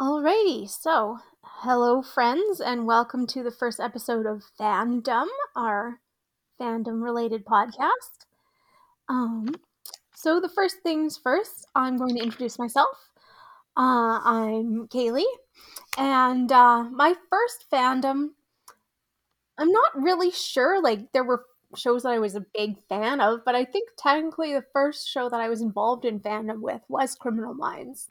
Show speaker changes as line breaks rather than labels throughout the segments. Alrighty, so hello, friends, and welcome to the first episode of Fandom, our fandom related podcast. Um, so, the first things first, I'm going to introduce myself. Uh, I'm Kaylee, and uh, my first fandom, I'm not really sure, like, there were shows that I was a big fan of, but I think technically the first show that I was involved in fandom with was Criminal Minds.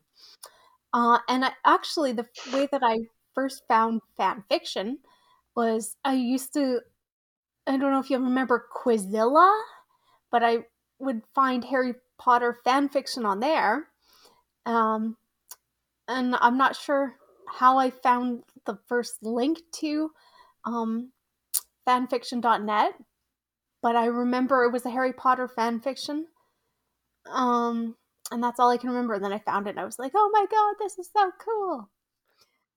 Uh, and I, actually, the way that I first found fan fiction was I used to, I don't know if you remember Quizilla, but I would find Harry Potter fan fiction on there. Um, and I'm not sure how I found the first link to um, fanfiction.net, but I remember it was a Harry Potter fan fiction. Um, and that's all I can remember. And then I found it and I was like, oh my god, this is so cool.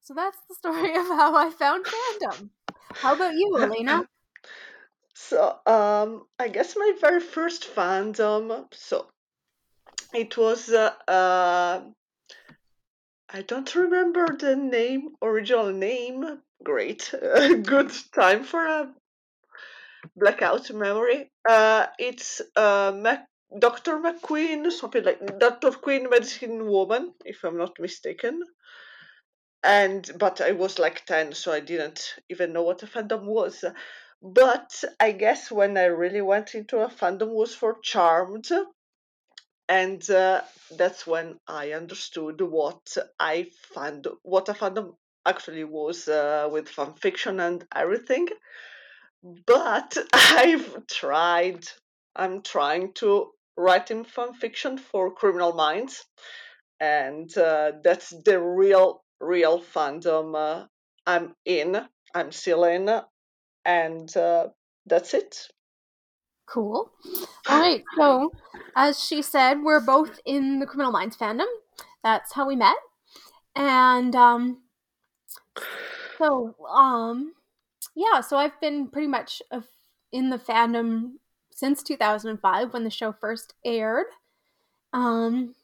So that's the story of how I found fandom. How about you, Elena?
So, um, I guess my very first fandom. So it was. Uh, uh, I don't remember the name, original name. Great, good time for a blackout memory. Uh, it's uh, Mac- Doctor McQueen, something like Doctor Queen, Medicine Woman, if I'm not mistaken. and but I was like 10, so I didn't even know what a fandom was. But I guess when I really went into a fandom was for Charmed, and uh, that's when I understood what I found, what a fandom actually was uh, with fan fiction and everything. But I've tried, I'm trying to write in fan fiction for Criminal Minds and uh, that's the real real fandom uh, i'm in i'm still in and uh, that's it
Cool. All right. So, as she said, we're both in the Criminal Minds fandom. That's how we met. And um, so, um, yeah. So I've been pretty much a- in the fandom since 2005 when the show first aired. Um,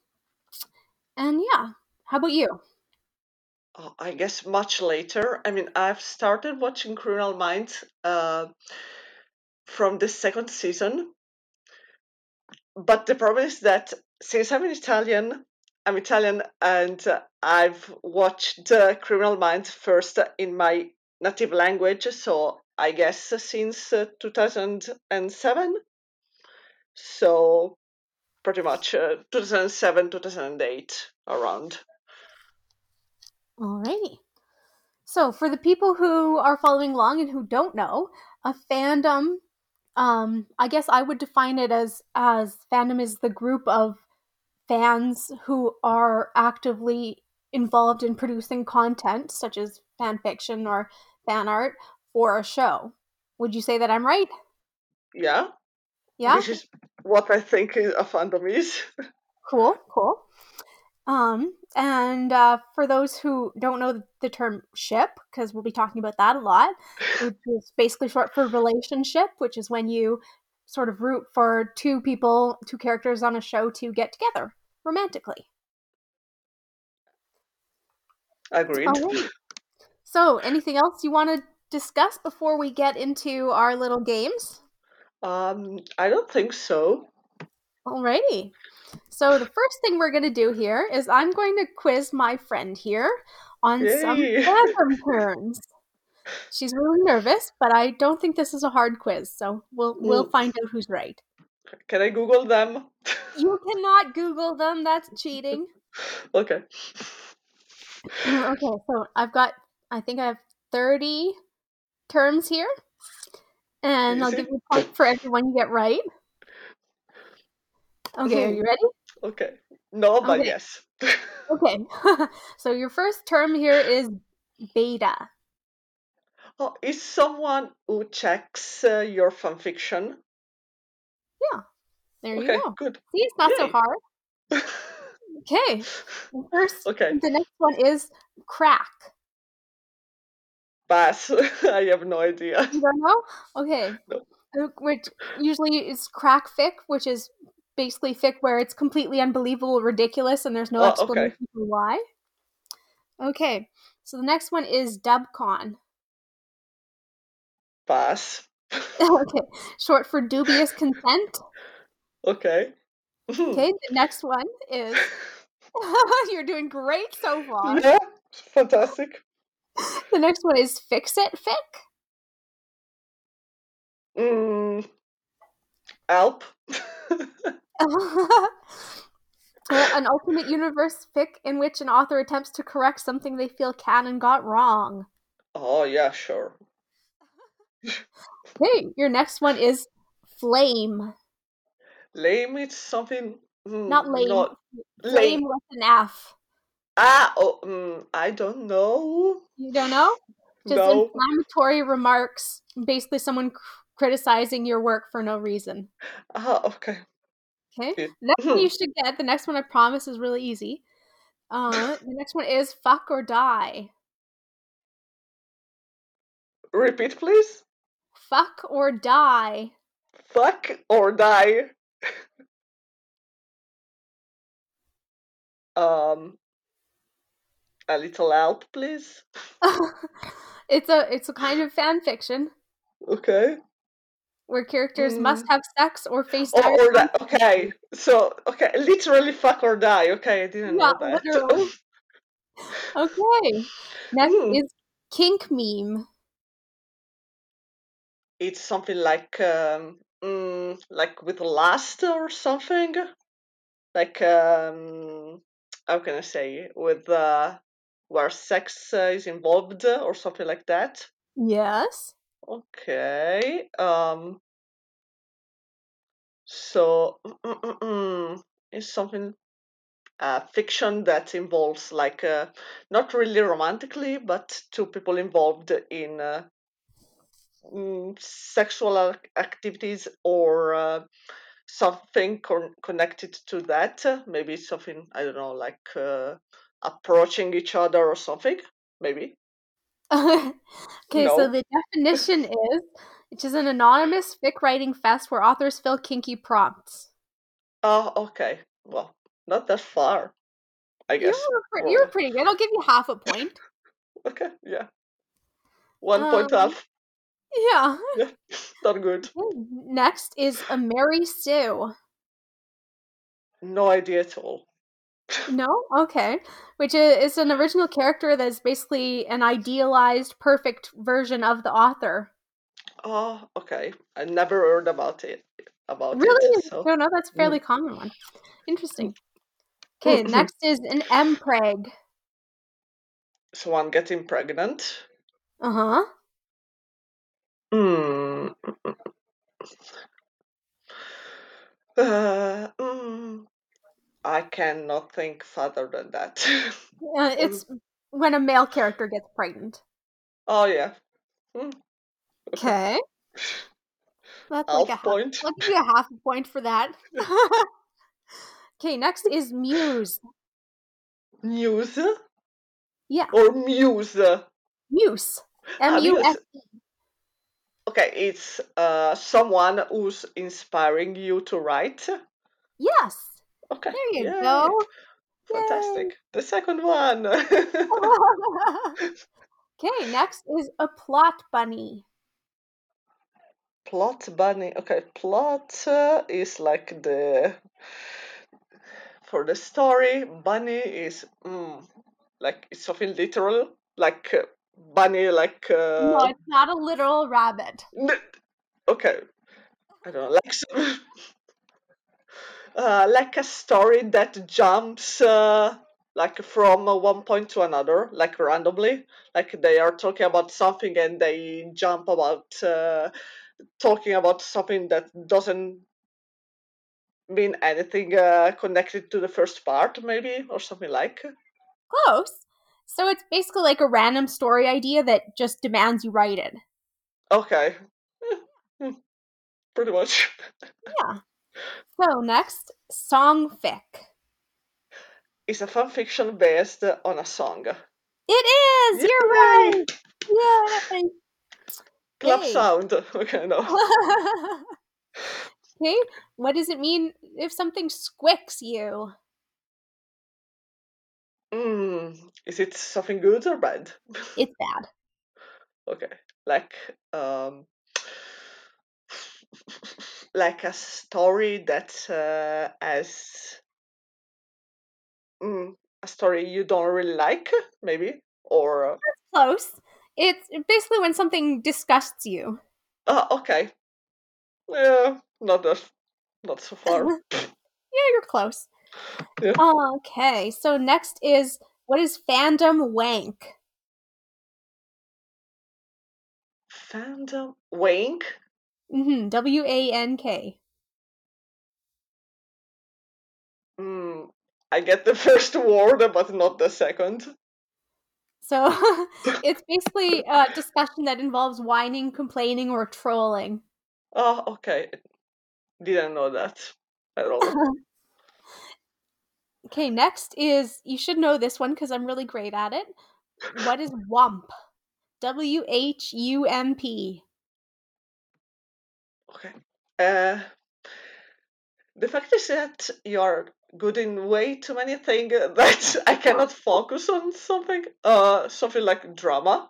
and yeah. How about you?
Uh, i guess much later i mean i've started watching criminal minds uh, from the second season but the problem is that since i'm an italian i'm italian and uh, i've watched uh, criminal minds first in my native language so i guess since uh, 2007 so pretty much uh, 2007 2008 around
Alrighty. So, for the people who are following along and who don't know, a fandom, um, I guess I would define it as as fandom is the group of fans who are actively involved in producing content, such as fan fiction or fan art, for a show. Would you say that I'm right?
yeah
Yeah.
this is what i think is- a fandom is
Cool. Cool. Um, and uh, for those who don't know the term ship, because we'll be talking about that a lot, which is basically short for relationship, which is when you sort of root for two people, two characters on a show to get together romantically.
agreed
All right. So, anything else you want to discuss before we get into our little games?
um i don't think so
Alrighty. So, the first thing we're going to do here is I'm going to quiz my friend here on some
yay
fandom terms. She's really nervous, but I don't think this is a hard quiz, so we'll we'll
Mm,
find out who's right.
can i google them
You cannot Google them. That's cheating.
okay
okay, so I've got I think I have thirty terms here, and I'll give
easy
you a point for everyone you get right. Okay, are you ready?
okay no but
Okay,
yes
okay. so your first term here is beta.
oh, is someone who checks uh, your fanfiction
Yeah, there you
okay
go.
good
See, it's not so
yay
hard. Okay, the first
okay
the next one is crack.
pass i have no idea
You don't know? Okay.
no
Uh, which usually is crack fic, which is basically fic where it's completely unbelievable, ridiculous, and there's no
oh okay
explanation for why. Okay. So the next one is DubCon.
Pass.
okay. Short for dubious consent.
Okay. Hmm.
Okay. The next one is. You're doing great so far.
Yeah, fantastic.
The next one is Fix It Fic.
Mm, Alp.
Uh, an alternate universe fic in which an author attempts to correct something they feel canon got wrong.
oh, yeah, sure.
Okay, your next one is Flame.
Lame is something. mm,
Not lame.
Not
Flame
lame.
with an F.
Ah, oh, mm, I don't know.
You don't know? Just
No.
inflammatory remarks. Basically, someone cr- criticizing your work for no reason.
Ah, okay.
Okay.
Yeah. Mm-hmm.
The next one you should get. The next one I promise is really easy. Uh, the next one is Fuck or Die.
Repeat, please.
Fuck or Die.
Fuck or die. Um, a little help, please.
it's a it's a kind of fan fiction.
Okay.
where characters
Mm.
must have sex or face
Or,
dire
Oh, or die.
consequences.
Okay. So, okay, literally fuck or die. Okay, I didn't
Yeah,
know that.
literally. Okay. Next
Hmm.
is kink meme.
it's something like um, mm, like with lust or something like um, how can i say with uh, where sex uh, is involved uh, or something like that
Yes.
okay um so mm, mm, mm, mm, it's something uh, fiction that involves like uh, not really romantically but two people involved in uh, mm, sexual ac- activities or uh, something con- connected to that. uh, Maybe something I don't know, like uh, approaching each other or something. Maybe
okay, so
no.
the definition is which is an anonymous fic writing fest where authors fill kinky prompts.
Oh, okay. Well, not that far, I
You
guess.
were, pre- you were
Or
pretty good. I'll give you half a point.
okay, yeah, one point
Um,
half.
yeah.
Yeah, not good.
Okay, Next is a Mary Sue.
No idea at all.
No? Okay. Which i- is an original character that is basically an idealized, perfect version of the author.
Oh, okay. I never heard about it. About it.
Really?
So.
No, no, that's a
Mm.
fairly common one. Interesting. Okay,
Mm.
next is an mpreg.
Someone getting pregnant.
Uh huh.
Mm. Uh, mm. I cannot think further than that.
Uh,
Um,
it's when a male character gets pregnant.
oh yeah. Mm,
Okay.
okay.
That's like a
Half
half.
point.
I'll give you a half a point for that. okay, next is muse.
News
Yeah,
or muse?
muse. M
Ah,
U S.
muse. Okay, it's uh someone who's inspiring you to write.
Yes.
Okay.
There you
Yay.
go. Yay. Uh-huh.
Fantastic. The second one.
okay, next is a plot bunny.
plot bunny. Okay, plot uh, is like the for the story. Bunny is mm, like it's something literal, like uh, bunny, like
No,
uh,
it's not a literal rabbit.
n- okay, I don't know, like s- uh, like a story that jumps uh, like from uh, one point to another, like randomly, like they are talking about something and they jump about uh, talking about something that doesn't mean anything uh, connected to the first part, maybe or something like.
Close. So it's basically like a random story idea that just demands you write it.
Okay, Mm, pretty much.
Yeah. So next, song fic.
It's a fan fiction based on a song.
It is. You're
Yay!
right. Yay.
Clap
Hey.
sound. Okay, no.
okay. What does it mean if something squicks you?
Mm, Is it something good or bad?
It's bad.
Okay. Like um like a story that uh, has mm, a story you don't really like, maybe, or uh,
Close. It's basically when something disgusts you.
ah, okay, yeah, not that, not so far.
Yeah, you're close.
Yeah.
Okay, so next is what is fandom wank?
Fandom wank.
Mm-hmm. W A N K.
Mm, I get the first word, but not the second.
So it's basically a discussion that involves whining, complaining, or trolling.
Oh, okay, didn't know that at all.
Okay, next is you should know this one because I'm really great at it. What is WUMP? W H U M P.
Okay. Uh, the fact is that you're good in way too many things that I cannot focus on something. Uh, something like drama.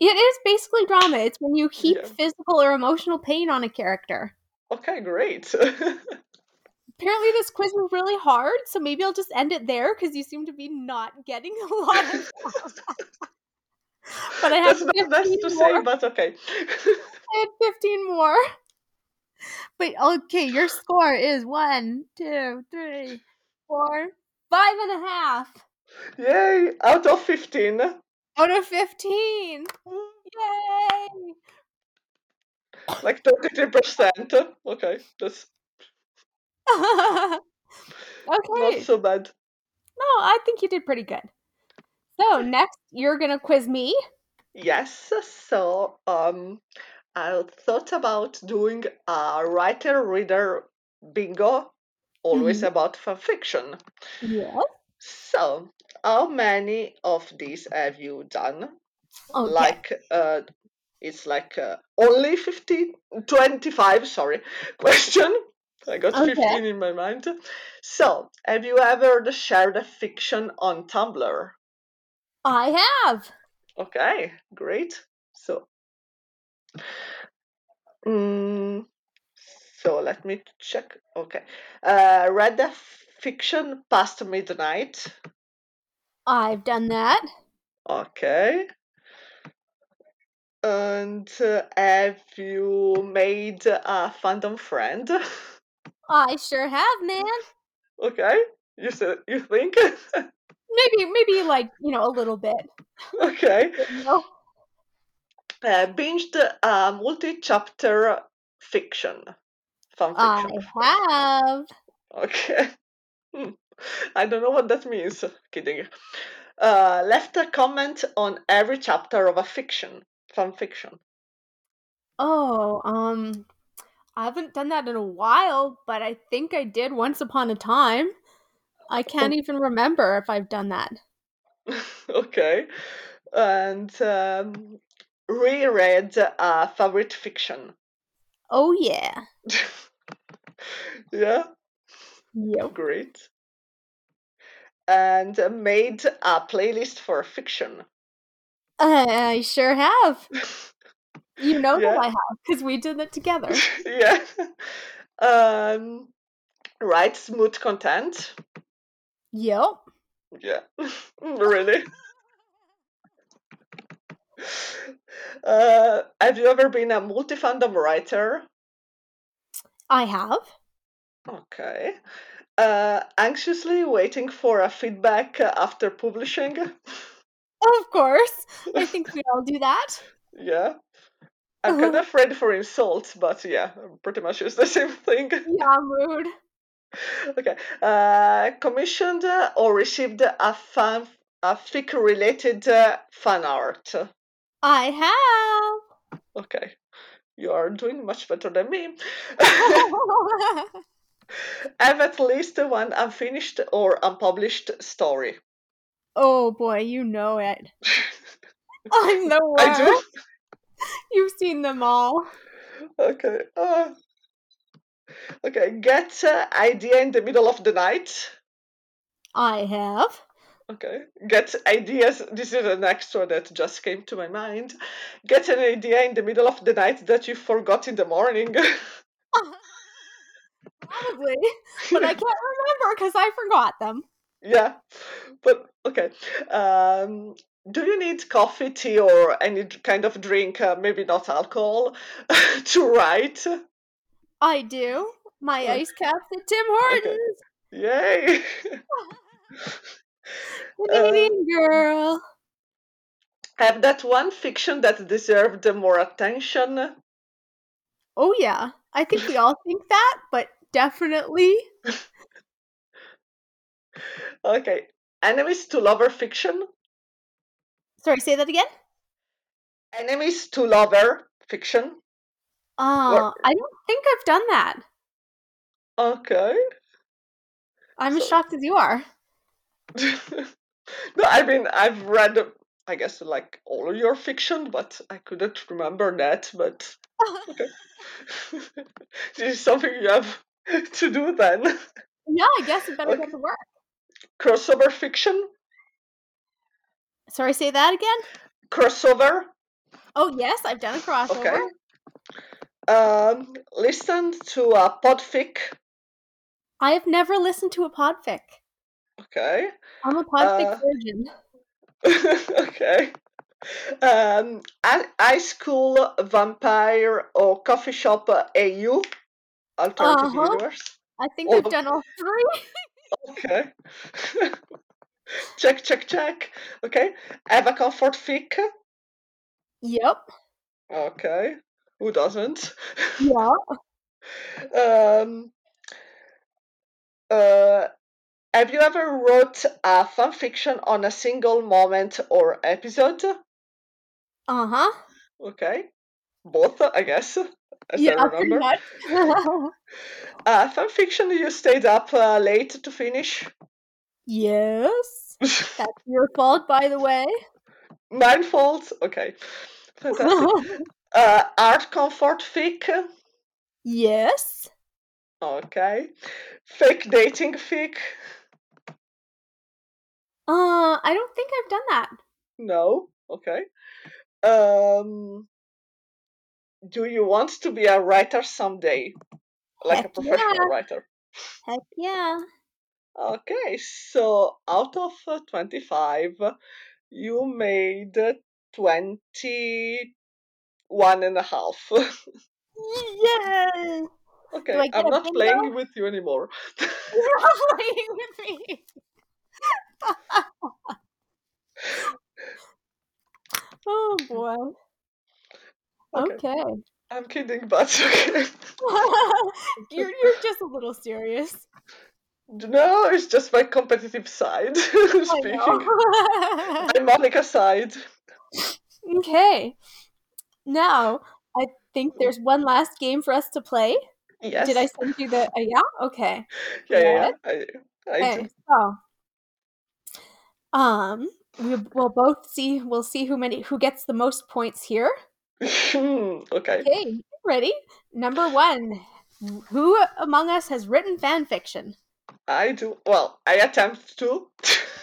It is basically drama. It's when you heap
Yeah.
physical or emotional pain on a character.
Okay, great.
Apparently, this quiz was really hard, so maybe I'll just end it there because you seem to be not getting a lot of. But I have
That's not
15
best to
more.
say, but okay.
I had 15 more. But okay, your score is one, two, three, four, five and a half
Yay! Out of 15.
out of 15. Yay!
Like 33%. Okay, that's not
okay.
so bad.
No, I think you did pretty good. So, next, you're going to quiz me.
Yes, so um, I thought about doing a writer reader bingo, always
Mhm.
about fan fiction.
Yes.
So, how many of these have you done?
Okay.
Like, uh, it's like uh, only 15, 25, sorry, question. I got
Okay.
15 in my mind. So, have you ever shared a fiction on Tumblr?
I have.
Okay, great. So, mm, so let me check. Okay. Uh, read a fiction past midnight.
I've done that.
Okay. And uh, have you made a fandom friend?
I sure have, man.
okay. You said you think?
Maybe, maybe like, you know, a little bit.
okay.
You know?
Uh, binged uh, multi-chapter fiction, fan
I
fiction, of course.
have.
Okay. Hmm. I don't know what that means. Kidding. Uh, left a comment on every chapter of a fiction, fan fiction.
Oh, um, I haven't done that in a while, but I think I did once upon a time. I can't
O-
even remember if I've done that.
Okay. And um, reread a favorite fiction.
Oh yeah.
yeah,
Yep.
great. And made a playlist for fiction.
I sure have. You know that
yeah,
I have because we did it together.
yeah. Um, write smooth content.
Yep.
Yeah, really. Uh, have you ever been a multi fandom writer?
I have.
Okay. Uh, anxiously waiting for a feedback after publishing.
Of course. I think we all do that.
yeah. I'm kind of afraid for insults, but yeah, pretty much it's the same thing.
yeah, mood.
okay. Uh, commissioned uh, or received a fan a fic related uh, fan art.
I have.
Okay. You are doing much better than me. Have at least one unfinished or unpublished story.
oh boy, you know it. I'm the
I do.
worst. You've seen them all.
Okay. Uh, okay. Get uh, idea in the middle of the night.
I have.
Okay. Get ideas. This is an extra that just came to my mind. Get an idea in the middle of the night that you forgot in the morning.
Probably, but I can't remember because I forgot them.
yeah. But okay. Um, do you need coffee, tea, or any d- kind of drink, uh, maybe not alcohol, to write?
I do. My
Okay.
ice caps at Tim Hortons.
Yay!
Canadian girl.
I have that one fiction that deserved more attention.
Oh yeah, I think we all think that, but definitely
Okay. Enemies to lover fiction.
Sorry, say that again.
Enemies to lover fiction.
Uh, I don't think I've done that.
Okay.
I'm as
So-
shocked as you are.
no, I mean I've read, I guess, like all of your fiction, but I couldn't remember that. But okay, this is something you have to do then.
Yeah, I guess it better get to work.
Crossover fiction,
Sorry, say that again.
crossover.
Oh yes, I've done a crossover.
Okay. Um, listen to a podfic.
I have never listened to a podfic.
Okay.
I'm a podfic
Uh,
virgin.
okay. Um, a- high school vampire or coffee shop uh, AU alternative
Uh-huh.
universe.
I think
all
we've
of-
done all three.
Okay. check, check, check. Okay. Have a comfort fic.
Yep.
Okay. Who doesn't?
Yeah.
Um, uh, have you ever wrote a fan fiction on a single moment or episode?
Uh huh.
Okay. Both, I guess. As
Yeah,
I
pretty
remember.
much.
Uh, fan fiction, you stayed up uh, late to finish.
yes. That's your fault, by the way.
Nine folds. Okay. Fantastic. Uh, art comfort fic.
yes.
Okay. Fake dating fic.
Uh, I don't think I've done that.
No. Okay. Um, do you want to be a writer someday? Like a
Heck
professional
yeah.
writer?
Heck yeah.
Okay. So out of uh, 25, you made uh, 21 and a half.
Yay! Do
okay.
I get
I'm
a
not
bingo?
playing with you anymore.
You're not playing with me. Oh boy.
Okay.
Okay.
I'm kidding, but okay.
you're you're just a little serious.
No, it's just my competitive side
I
speaking.
know.
My Monica side.
okay. Now I think there's one last game for us to play.
Yes.
Did I send you the? Uh, yeah. Okay.
Yeah, yeah,
Yes.
yeah. I, I do.
Okay. So, um, we, we'll both see. We'll see who many who gets the most points here.
Hmm, okay.
Okay, ready? Number one. Who among us has written fan fiction?
I do. Well, I attempt to.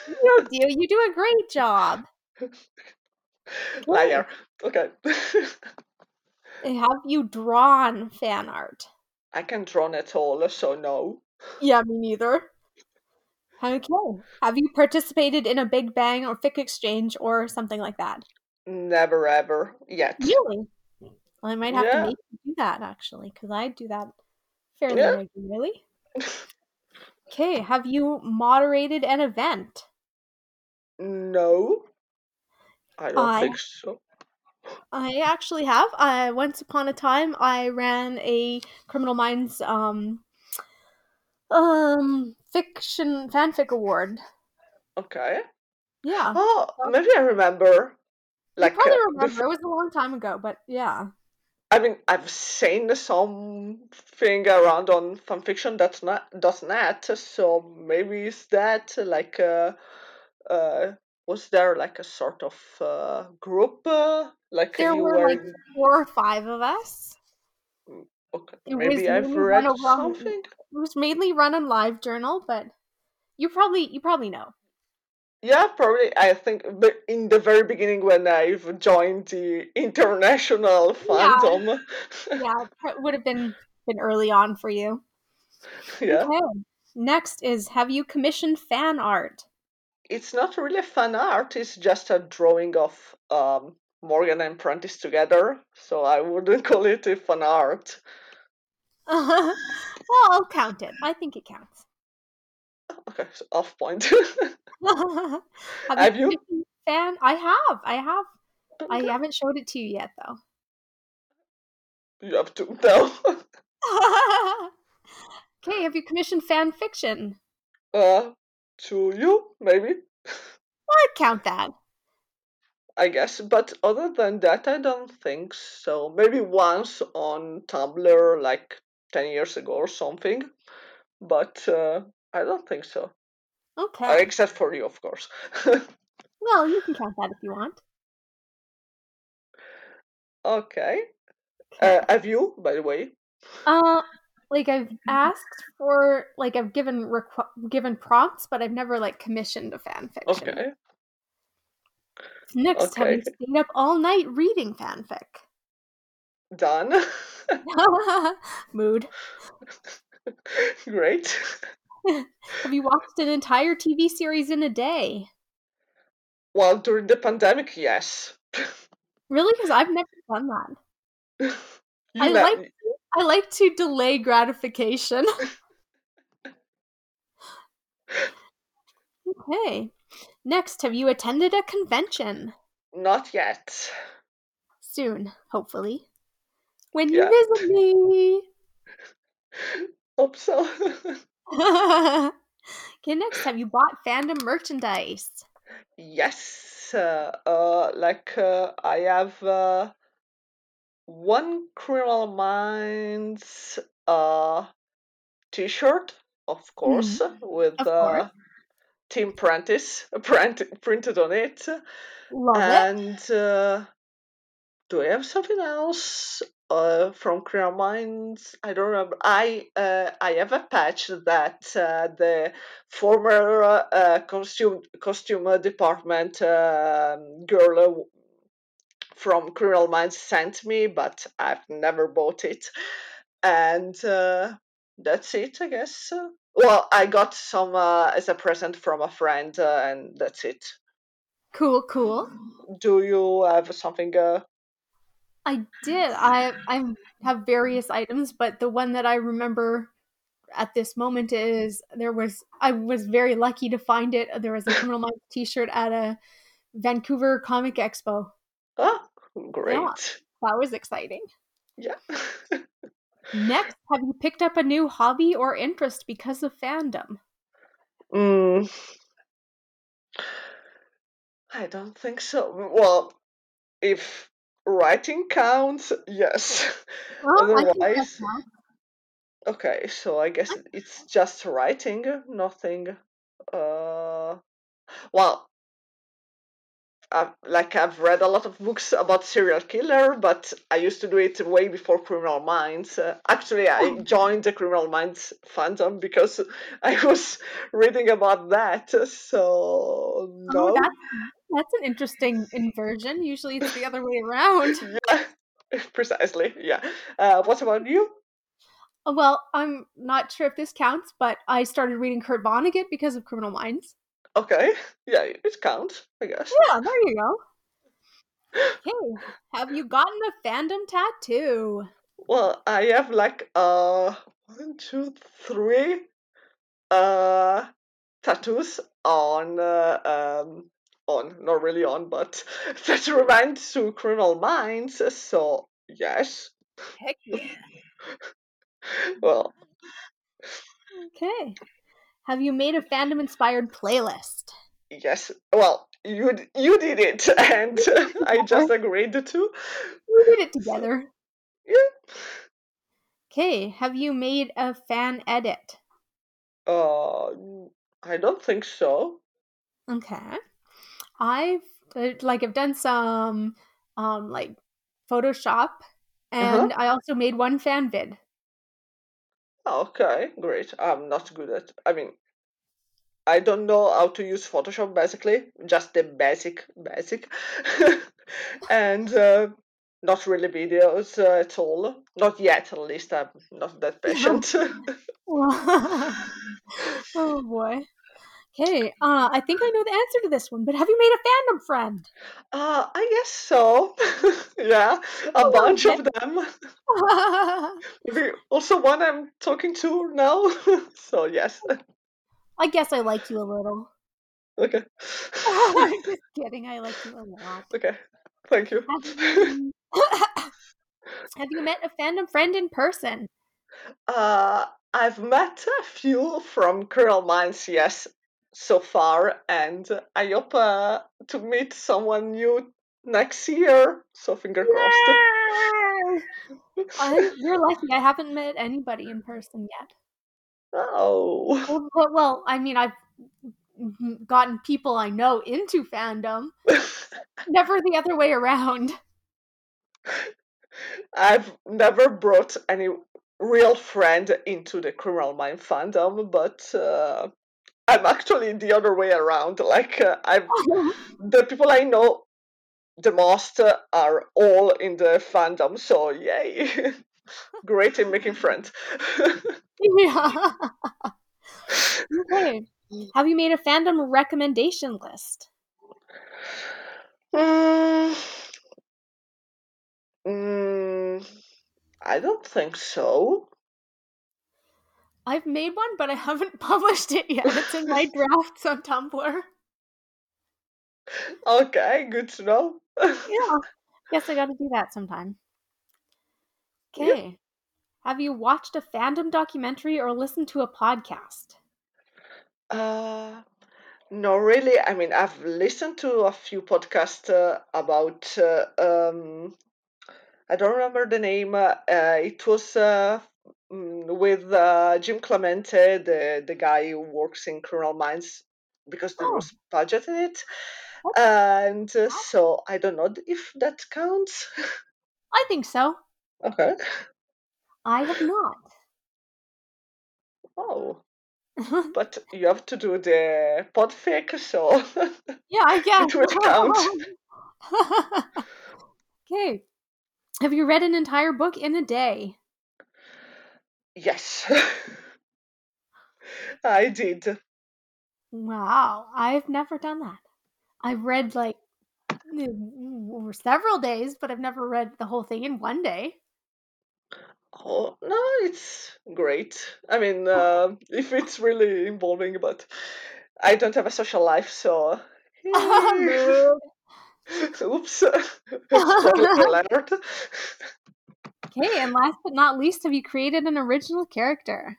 You do. You do a great job.
Liar. Okay.
Okay, Have you drawn fan art?
I can draw at all, so no.
Yeah, me neither. Okay. Have you participated in a Big Bang or Fic Exchange or something like that?
Never ever yet.
Really? Well, I might have to
Yeah.
make you do that actually, because I do that fairly
Yeah.
regularly. Okay. Have you moderated an event?
No. I don't
I
think so.
I actually have. I once upon a time I ran a Criminal Minds um um fiction fanfic award. Uh,
Okay.
Yeah.
Oh,
Well-
maybe I remember.
uh, You
Like
probably
uh, the
remember. It was a long time ago, but yeah.
I mean, I've seen something around on fanfiction.net, so maybe it's that like uh, uh, was there like a sort of uh, group uh, like
There
you
were
were
like
in-
four or five of us.
okay,
It was
maybe I've
mainly run
read
over on
something.
it was mainly run on LiveJournal, but you probably you probably know.
Yeah, probably. I think b- in the very beginning when I've joined the international
Yeah.
fandom,
Yeah, it would have been been early on for you.
yeah,
Okay. Next is have you commissioned fan art?
it's not really fan art. It's just a drawing of um, Morgan and Prentice together. So I wouldn't call it a fan art.
well, I'll count it. I think it counts.
Okay, so off point.
have you
Have you?
commissioned fan? I have. I have. I
Okay,
haven't showed it to you yet though.
you have to tell.
okay, have you commissioned fan fiction?
Uh, to you, maybe.
I'd count that.
I guess, but other than that, I don't think so. Maybe once on Tumblr, like 10 years ago or something, but uh, I don't think so. Uh,
Okay.
except for you, of course.
Well, you can count that if you want.
okay. Uh,
Okay.
have you, by the way?
Uh, like I've
Mm-hmm.
asked for, like I've given requ- given prompts, but I've never like commissioned a fan fiction.
Okay.
Next, have you
Okay.
stayed up all night reading fanfic?
Done.
Mood.
Great.
have you watched an entire TV series in a day?
Well, during the pandemic, yes.
Really? Because I've never done that. I
you know,
like I like to delay gratification. okay. Next, have you attended a convention?
not yet.
Soon, hopefully. When you
Yeah.
visit me.
Hope so.
okay, next, have you bought fandom merchandise?
Yes, uh, uh, like uh, I have uh, one Criminal Minds uh, T-shirt, of
Mm,
course, with
of course.
uh, Tim Prentice print- printed on it,
Love it.
and uh, do I have something else uh, from Criminal Minds? I don't remember. I uh, I have a patch that uh, the former uh, costume costume department um girl. from Criminal Minds sent me, but I've never bought it. And uh, that's it, I guess. Well, I got some uh, as a present from a friend, uh, and that's it.
Cool, cool.
Do you have something? Uh...
I did. I I have various items, but the one that I remember at this moment is there was I was very lucky to find it. There was a Criminal Minds T-shirt at a Vancouver Comic Expo.
Ah,
Yeah,
great.
that was exciting.
Yeah.
Next, have you picked up a new hobby or interest because of fandom?
mm, I don't think so. Well, if writing counts, yes.
Well, I think that
Otherwise,
counts.
okay. So I guess it's just writing, nothing. Uh, well, I've, like I've read a lot of books about serial killer, but I used to do it way before Criminal Minds. Uh, actually, I joined the Criminal Minds fandom because I was reading about that. So
Oh,
no,
that's that's an interesting inversion. Usually, it's the other way around.
yeah, precisely, yeah. Uh, what about you?
Uh, Well, I'm not sure if this counts, but I started reading Kurt Vonnegut because of Criminal Minds.
Okay, yeah, it counts, I guess.
Yeah, there you go. Okay, have you gotten a fandom tattoo?
Well, I have like uh one, two, three uh tattoos on uh, um on not really on but that remind to criminal minds so yes
Heck yeah.
well
Okay. Have you made a fandom inspired playlist?
yes well you d- you did it and
We did it
i just
together.
agreed to
We did it
so
together.
yeah
Okay, have you made a fan edit?
uh i don't think so
Okay. I've uh, like I've done some um like Photoshop
uh-huh
and I also made one fan vid.
Ah, okay great i'm not good at i mean I don't know how to use Photoshop basically, just the basic, basic, and uh, not really videos uh, at all. Not yet, at least. I'm not that patient. Uh,
oh boy. Okay, uh, I think I know the answer to this one, but have you made a fandom friend?
Uh, I guess so. yeah, a
Oh,
bunch
okay.
of them. Maybe also one I'm talking to now. so yes.
I guess I like you a little.
Okay.
I'm just kidding. I like you a lot.
okay. Thank you.
Have you, have you met a fandom friend in person?
uh, I've met a few from Coral Mines, yes, so far, and I hope uh, to meet someone new next year. So finger crossed.
Yay! I'm, you're lucky. I haven't met anybody in person yet.
oh.
Well, but- well, I mean, I've gotten people I know into fandom, never the other way around.
I've never brought any real friend into the Criminal Mind fandom, but uh, I'm actually the other way around. Like uh, I've the people I know the most uh, are all in the fandom, so yay! Great in making friends.
yeah. Okay. Have you made a fandom recommendation list?
Mm, mm, I don't think so.
I've made one, but I haven't published it yet. It's in my drafts on Tumblr.
Okay, good to know.
Yeah. Guess I got to do that sometime.
Yeah.
Okay. Have you watched a fandom documentary or listened to a podcast?
Uh, No, really. I mean, I've listened to a few podcasts uh, about. Uh, um, I don't remember the name. Uh, uh, it was uh, mm, with uh, Jim Clemente, the the guy who works in Criminal Minds, because there
Oh,
was budget in it.
that's-
And uh, so I don't know if that counts.
I think so.
Okay.
I have not.
Oh, but you have to do the podfic, so
yeah, I
it will count.
guess. okay. Have you read an entire book in a day?
Yes, I did.
Wow, I've never done that. I've read like mm, over several days, but I've never read the whole thing in one day.
Oh no, it's great. I mean, uh, if it's really involving, but I don't have a social life, so.
Mood.
Oops, spoiler alert.
okay, and last but not least, have you created an original character?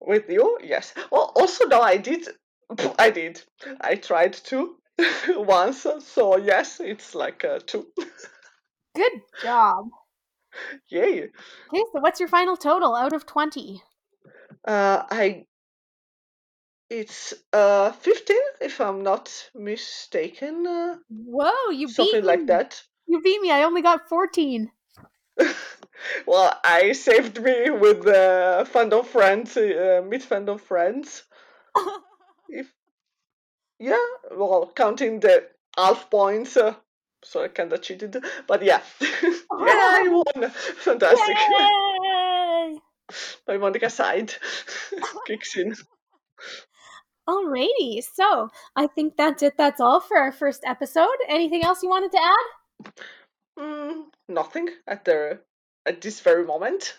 With you, yes. Oh, also, no, I did. I did. I tried to once, so yes, it's like uh, two.
Good job.
Yay.
Okay, so what's your final total out of 20?
Uh, I it's uh 15 if I'm not mistaken, uh,
Whoa, you beat
something like
me.
that.
You beat me. I only got 14.
well, I saved me with uh, fandom friends, uh, meet fandom friends. If yeah, well, counting the half points, uh, so I kind of cheated. But yeah,
Uh-huh.
yeah, I won. Fantastic.
Yay!
My Monica side kicks in.
Alrighty, so I think that's it. That's all for our first episode. Anything else you wanted to add?
Mm, nothing at the at this very moment.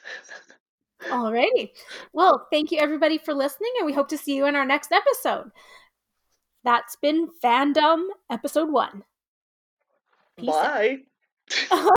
Alrighty. Well, thank you everybody for listening, and we hope to see you in our next episode. That's been Fandom Episode 1. Peace out.
Bye.